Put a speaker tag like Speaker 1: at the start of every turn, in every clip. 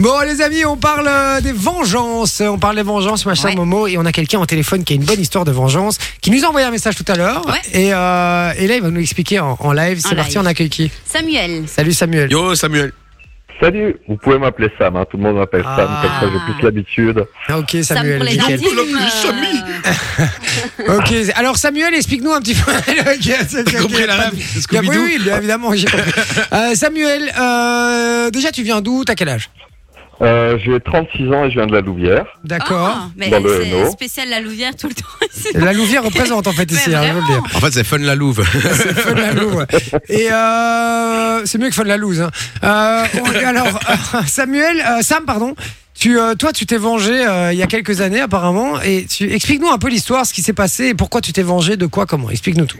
Speaker 1: Bon, les amis, on parle euh, des vengeances. On parle des vengeances, machin,
Speaker 2: Ouais.
Speaker 1: Momo. Et on a quelqu'un au téléphone qui a une bonne histoire de vengeance, qui nous a envoyé un message tout à l'heure.
Speaker 2: Ouais.
Speaker 1: Et, euh, et là, il va nous l'expliquer en, en live.
Speaker 2: En
Speaker 1: C'est parti,
Speaker 2: live.
Speaker 1: on accueille qui
Speaker 2: Samuel.
Speaker 1: Salut Samuel.
Speaker 3: Yo Samuel.
Speaker 4: Salut, vous pouvez m'appeler Sam, hein. tout le monde m'appelle Sam,
Speaker 1: Ah.
Speaker 4: comme ça j'ai plus l'habitude.
Speaker 1: Ah, Ok,
Speaker 2: Sam
Speaker 1: Samuel.
Speaker 2: pour les
Speaker 1: nickel.
Speaker 2: intimes.
Speaker 3: Nicolas
Speaker 2: euh,
Speaker 3: Samy.
Speaker 1: Ok, alors Samuel, explique-nous un petit peu. T'as
Speaker 3: T'as compris la rêve
Speaker 1: Oui, oui, bien évidemment. j'ai compris. Euh, Samuel, euh, déjà, tu viens d'où T'as quel âge
Speaker 4: Euh, j'ai 36 ans et je viens de la Louvière.
Speaker 1: D'accord.
Speaker 2: Ah, mais
Speaker 4: Dans le
Speaker 2: c'est
Speaker 4: Hainaut.
Speaker 2: spécial la Louvière tout le temps. ici.
Speaker 1: La Louvière représente en fait
Speaker 2: Mais
Speaker 1: ici, hein, je veux le dire.
Speaker 2: vraiment.
Speaker 3: En fait, c'est Fun la Louve.
Speaker 1: Feu de la Louve. Et euh, c'est mieux que Feu de la Louse. hein. Euh, on- alors, euh, Samuel, euh, Sam, pardon. Tu, euh, toi, tu t'es vengé euh, il y a quelques années apparemment, et tu explique-nous un peu l'histoire, ce qui s'est passé, et pourquoi tu t'es vengé, de quoi, comment. Explique-nous tout.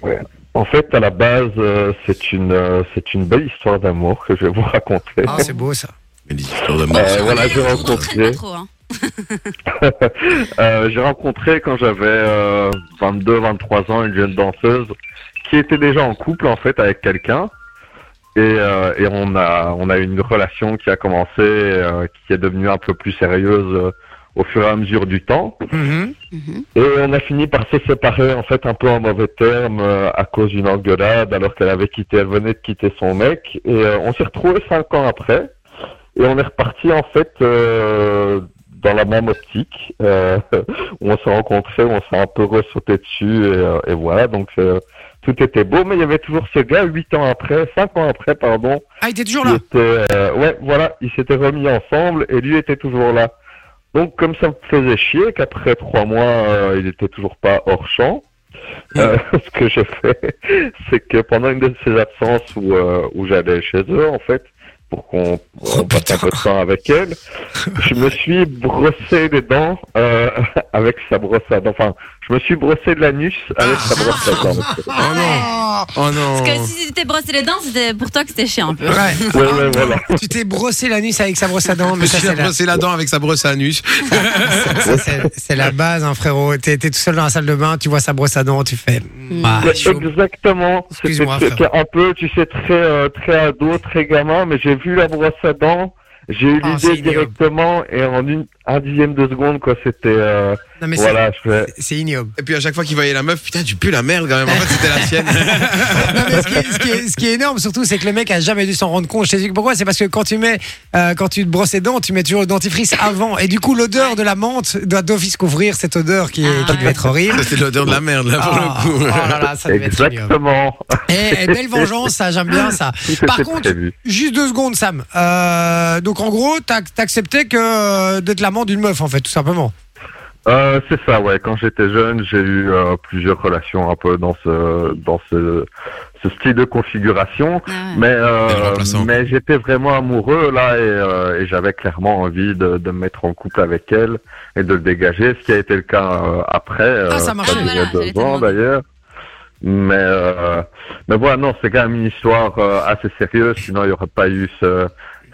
Speaker 4: En fait, à la base, euh, c'est une, euh, c'est une belle histoire d'amour que je vais vous raconter.
Speaker 1: Ah, c'est beau ça.
Speaker 3: Mais les histoires de
Speaker 2: Bon,
Speaker 3: mort.
Speaker 4: Euh,
Speaker 2: on
Speaker 4: voilà,
Speaker 2: est-
Speaker 4: j'ai
Speaker 2: on traîne
Speaker 4: rencontré.
Speaker 2: pas trop, hein.
Speaker 4: Euh, j'ai rencontré quand j'avais euh, 22-23 ans une jeune danseuse qui était déjà en couple en fait avec quelqu'un et, euh, et on a on a eu une relation qui a commencé euh, qui est devenue un peu plus sérieuse euh, au fur et à mesure du temps.
Speaker 1: Mhm.
Speaker 2: Mhm.
Speaker 4: Et on a fini par se séparer en fait un peu en mauvais termes euh, à cause d'une engueulade alors qu'elle avait quitté, elle venait de quitter son mec et euh, on s'est retrouvés cinq ans après et on est reparti en fait euh, dans la même optique. Euh, on s'est rencontrés, on s'est un peu ressauté dessus et, euh, et voilà donc euh, tout était beau mais il y avait toujours ce gars huit ans après, cinq ans après pardon
Speaker 1: Ah, il était toujours
Speaker 4: il
Speaker 1: là.
Speaker 4: était, euh, ouais, voilà, ils s'étaient remis ensemble et lui était toujours là. Donc comme ça me faisait chier qu'après trois mois, euh, il était toujours pas hors champ. euh, ce que j'ai fait, c'est que pendant une de ces absences où, euh, où j'allais chez eux, en fait, pour qu'on
Speaker 1: Oh,
Speaker 4: on passe
Speaker 1: putain.
Speaker 4: un peu de temps avec elle, je me suis brossé les dents euh, avec sa brosse à dents. Enfin, je me suis brossé de l'anus avec sa brosse à dents.
Speaker 3: Oh
Speaker 1: Ah.
Speaker 3: non. Oh non.
Speaker 2: Parce que si tu t'es brossé les dents, c'était pour toi que c'était chiant un peu.
Speaker 1: Ouais.
Speaker 4: Ouais, ouais, voilà.
Speaker 1: Tu t'es brossé l'anus avec sa brosse à dents,
Speaker 3: Je
Speaker 1: mais
Speaker 3: me
Speaker 1: ça
Speaker 3: suis
Speaker 1: c'est la,
Speaker 3: brossé la dent avec sa brosse à anus.
Speaker 1: ça, c'est- c'est la base, hein, frérot. T'es t'es tout seul dans la salle de bain, tu vois sa brosse à dents, tu fais.
Speaker 2: Mm.
Speaker 1: Ah,
Speaker 4: Ouais,
Speaker 1: chaud.
Speaker 4: exactement. C'était
Speaker 1: Excuse-moi,
Speaker 4: c'était un peu, tu sais, très, euh, très ado, très gamin, mais j'ai vu la brosse à dents, j'ai eu
Speaker 1: Ah, c'est ignoble.
Speaker 4: l'idée directement, et en une, un dixième de seconde, quoi, c'était, euh,
Speaker 1: Non mais c'est-
Speaker 4: voilà, je fais-
Speaker 1: c'est ignoble.
Speaker 3: Et puis à chaque fois qu'il voyait la meuf, putain, tu pues la merde quand même. En fait, c'était la sienne.
Speaker 1: Non, mais ce, qui est, ce qui est- ce qui est énorme surtout, c'est que le mec a jamais dû s'en rendre compte. Je t'explique pourquoi. C'est parce que quand tu mets, euh, quand tu te brosses les dents, tu mets toujours le dentifrice avant. Et du coup, l'odeur de la menthe doit d'office couvrir cette odeur qui, est-
Speaker 2: Ah
Speaker 1: qui devait
Speaker 2: ouais.
Speaker 1: être horrible.
Speaker 3: C'était l'odeur de la merde là pour
Speaker 1: Ah,
Speaker 3: le
Speaker 1: oh
Speaker 3: coup.
Speaker 1: là là, ça devait être ignoble.
Speaker 4: exactement.
Speaker 1: Eh, eh, belle vengeance, ça, j'aime bien ça.
Speaker 4: Tout était
Speaker 1: Par contre-
Speaker 4: prévu.
Speaker 1: Juste deux secondes, Sam. Euh, donc, en gros, t'as- t'acceptais que euh, d'être l'amant d'une meuf, en fait, tout simplement.
Speaker 4: Euh, c'est ça, ouais. Quand j'étais jeune, j'ai eu euh, plusieurs relations un peu dans ce, dans ce, ce style de configuration.
Speaker 2: Ah ouais.
Speaker 4: Mais, euh,
Speaker 3: Elle remplaçant.
Speaker 4: mais j'étais vraiment amoureux là et, euh, et j'avais clairement envie de, de me mettre en couple avec elle et de le dégager, ce qui a été le cas euh, après. euh,
Speaker 1: ça marchait.
Speaker 4: quand
Speaker 2: Ah, voilà,
Speaker 4: j'avais
Speaker 2: j'allais te
Speaker 4: deux ans
Speaker 2: demander.
Speaker 4: d'ailleurs. Mais, euh, mais voilà, non, c'est quand même une histoire euh, assez sérieuse, sinon il n'y aurait pas eu ce,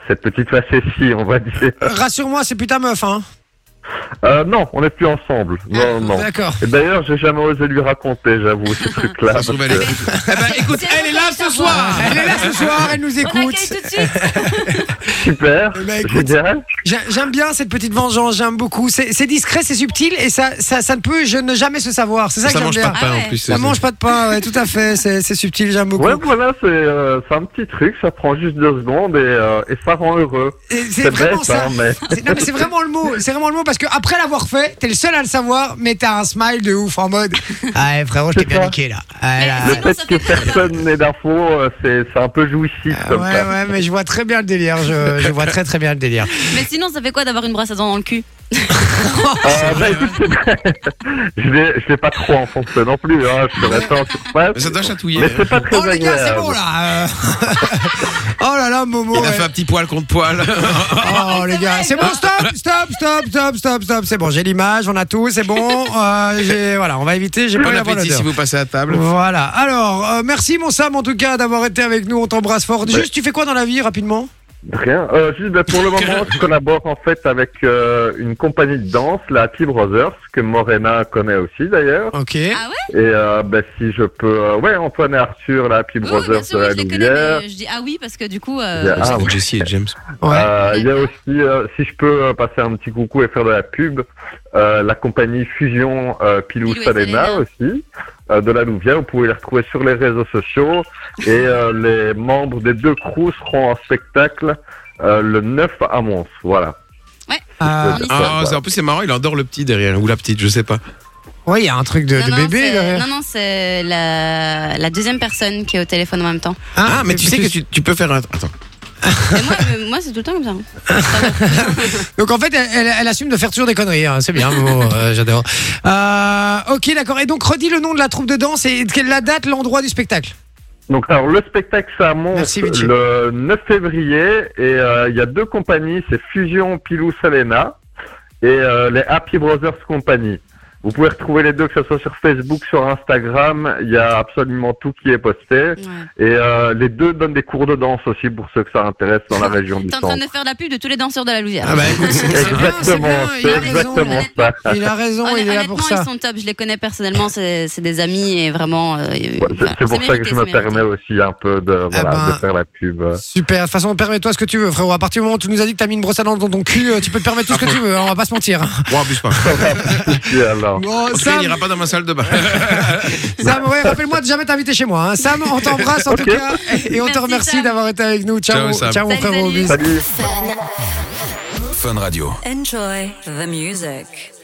Speaker 4: cette petite facétie, on va dire.
Speaker 1: Rassure-moi, c'est plus ta meuf, hein.
Speaker 4: Euh, non, on n'est plus ensemble. Non, non.
Speaker 1: Ah, D'accord.
Speaker 4: Et d'ailleurs, j'ai jamais osé lui raconter, j'avoue, ce truc-là.
Speaker 3: Ça se trouve, elle est- Eh ben, écoute,
Speaker 2: Ah C'est
Speaker 3: elle est là
Speaker 2: bon,
Speaker 3: ce
Speaker 2: ça
Speaker 3: soir.
Speaker 1: Elle est là ce soir, elle nous
Speaker 2: On accueille
Speaker 1: écoute.
Speaker 2: tout de suite.
Speaker 4: Super,
Speaker 1: Eh ben, écoute.
Speaker 4: génial.
Speaker 1: J'ai- J'aime bien cette petite vengeance, j'aime beaucoup. C'est c'est discret, c'est subtil et ça, ça, ça ne peut je ne jamais se savoir. C'est ça, que
Speaker 3: Ça
Speaker 1: j'aime
Speaker 3: mange
Speaker 1: bien.
Speaker 3: pas de pain
Speaker 2: Ah ouais.
Speaker 3: en plus.
Speaker 1: Ça mange pas de pain, ouais, tout à fait. C'est c'est subtil, j'aime beaucoup.
Speaker 4: Ouais, voilà, c'est euh, c'est un petit truc, ça prend juste deux secondes et, euh, et ça rend heureux.
Speaker 1: Et c'est
Speaker 4: C'est
Speaker 1: vraiment
Speaker 4: bête,
Speaker 1: ça. Ah
Speaker 4: hein, mais
Speaker 1: C'est- Non mais c'est vraiment le mot, c'est vraiment le mot parce que après l'avoir fait, t'es le seul à le savoir, mais t'as un smile de ouf en mode. Ah ouais, frérot, je t'ai
Speaker 4: C'est
Speaker 1: bien
Speaker 4: ça.
Speaker 1: niqué là. Ah, là,
Speaker 4: le
Speaker 2: Mais-
Speaker 4: fait que personne n'ait d'infos, euh, c'est c'est un peu jouissif
Speaker 1: ah,
Speaker 4: comme
Speaker 1: ouais,
Speaker 4: ça.
Speaker 1: ouais, mais je vois très bien le délire. Je, je vois très très bien le délire.
Speaker 2: Mais sinon, ça fait quoi d'avoir une brosse à dents dans le cul
Speaker 4: Euh, bah, écoute, c'est- je l'ai- je l'ai pas trop enfoncé non plus, hein, je suis resté en surface.
Speaker 3: Mais ça doit chatouiller.
Speaker 4: Mais c'est pas très
Speaker 1: Oh les gars, c'est
Speaker 4: agréable.
Speaker 1: bon là. euh. oh là là, Momo.
Speaker 3: Il a
Speaker 1: ouais.
Speaker 3: fait un petit poil contre poil.
Speaker 1: Oh les gars, c'est bon, stop, stop, stop, stop, stop, stop, c'est bon, j'ai l'image, on a tout, c'est bon, euh, j'ai- voilà, on va éviter, j'ai pas
Speaker 3: Bon
Speaker 1: eu la bonne
Speaker 3: appétit
Speaker 1: odeur.
Speaker 3: si vous passez à table.
Speaker 1: Voilà, alors, euh, merci mon Sam en tout cas d'avoir été avec nous, on t'embrasse fort.
Speaker 4: Ouais.
Speaker 1: Juste, tu fais quoi dans la vie rapidement
Speaker 4: De Rien. Euh, juste, ben, pour le moment, je collabore en fait avec euh, une compagnie de danse, la T-Brothers, que Morena connaît aussi d'ailleurs.
Speaker 1: Ok.
Speaker 2: Ah ouais
Speaker 4: Et euh, ben, si je peux... euh, ouais, Antoine et Arthur, la
Speaker 1: Oh,
Speaker 2: Oui, oui, bien
Speaker 4: T-Brothers
Speaker 2: sûr,
Speaker 4: de
Speaker 2: oui,
Speaker 4: la
Speaker 2: je les connais,
Speaker 4: Louvière.
Speaker 2: mais je dis ah oui parce que du coup.
Speaker 4: Il y
Speaker 2: Euh...
Speaker 4: a- ah,
Speaker 3: avec
Speaker 4: ouais.
Speaker 3: Jessie et James.
Speaker 1: Ouais.
Speaker 4: Euh, Il y a aussi, euh, si je peux euh, passer un petit coucou et faire de la pub, euh, la compagnie Fusion euh, Pilou,
Speaker 2: Pilou et
Speaker 4: Salena
Speaker 2: Salena.
Speaker 4: aussi, euh, de la Louvière. Vous pouvez les retrouver sur les réseaux sociaux. Et euh, les membres des deux crews seront en spectacle euh, le 9 à Mons. Voilà.
Speaker 1: Euh,
Speaker 4: Ouais.
Speaker 3: Ah, c'est- en plus, c'est marrant, il endort le petit derrière, ou la petite, je sais pas.
Speaker 1: ouais, il y a un truc de,
Speaker 2: non,
Speaker 1: de
Speaker 2: non,
Speaker 1: bébé.
Speaker 2: c'est-
Speaker 1: là.
Speaker 2: non, non, c'est la... la deuxième personne qui est au téléphone en même temps.
Speaker 1: Hein
Speaker 3: Ah, mais tu sais que tu, tu peux faire un. Attends.
Speaker 2: Et moi, euh, moi c'est tout le temps comme ça. hein.
Speaker 1: Donc en fait, elle, elle- elle assume de faire toujours des conneries. hein. C'est bien, Momo, euh, j'adore. Euh, ok, d'accord. Et donc redis le nom de la troupe de danse et quelle- la date, l'endroit du spectacle.
Speaker 4: Donc, alors, le spectacle, c'est à Mons
Speaker 1: Merci, Vinci.
Speaker 4: le 9 février. Et euh, il y a deux compagnies, c'est Fusion Pilou Salena et euh, les Happy Brothers Company. Vous pouvez retrouver les deux, que ce soit sur Facebook, sur Instagram. Il y a absolument tout qui est posté.
Speaker 2: Ouais.
Speaker 4: Et euh, les deux donnent des cours de danse aussi pour ceux que ça intéresse dans la région du
Speaker 2: T'es en train
Speaker 4: centre.
Speaker 2: de faire la pub de tous les danseurs de la Louisiane.
Speaker 3: Ah bah écoute, c'est-
Speaker 1: C'est bien, Ah, c'est
Speaker 4: Exactement,
Speaker 1: bien. Il
Speaker 4: c'est
Speaker 1: a raison.
Speaker 4: exactement ça.
Speaker 1: Il a raison,
Speaker 2: Honnêt-
Speaker 1: il est là
Speaker 2: Ah. honnêtement,
Speaker 1: pour ça.
Speaker 2: ils sont top. Je les connais personnellement. C'est c'est des amis et vraiment. euh,
Speaker 4: Ouais, c'est-
Speaker 2: voilà.
Speaker 4: c'est pour ça que
Speaker 2: mérité,
Speaker 4: je me
Speaker 2: c'est mérité.
Speaker 4: permets aussi un peu de, voilà,
Speaker 1: ben,
Speaker 4: de faire la pub.
Speaker 1: Super. De toute façon, permets-toi ce que tu veux, frérot. À partir du moment où tu nous as dit que t'as mis une brosse à dents dans ton cul, euh, tu peux te permettre tout ce que tu veux. hein, On va pas se mentir.
Speaker 3: Bon, abuse Oh, pas.
Speaker 4: Et alors,
Speaker 1: Bon,
Speaker 3: En tout cas, il
Speaker 1: Oh, Sam,
Speaker 3: ira pas dans ma salle de bain.
Speaker 1: Sam, ouais, rappelle-moi de jamais t'inviter chez moi. hein. Sam, on t'embrasse en tout
Speaker 4: Ok.
Speaker 1: cas et et on te
Speaker 2: Merci,
Speaker 1: remercie
Speaker 2: Sam.
Speaker 1: d'avoir été avec nous. Ciao,
Speaker 3: Ciao, Sam.
Speaker 1: ciao, mon
Speaker 2: Salut,
Speaker 1: frérot.
Speaker 2: salut.
Speaker 1: Bisous.
Speaker 4: salut
Speaker 5: Fun Radio.
Speaker 6: Enjoy the music.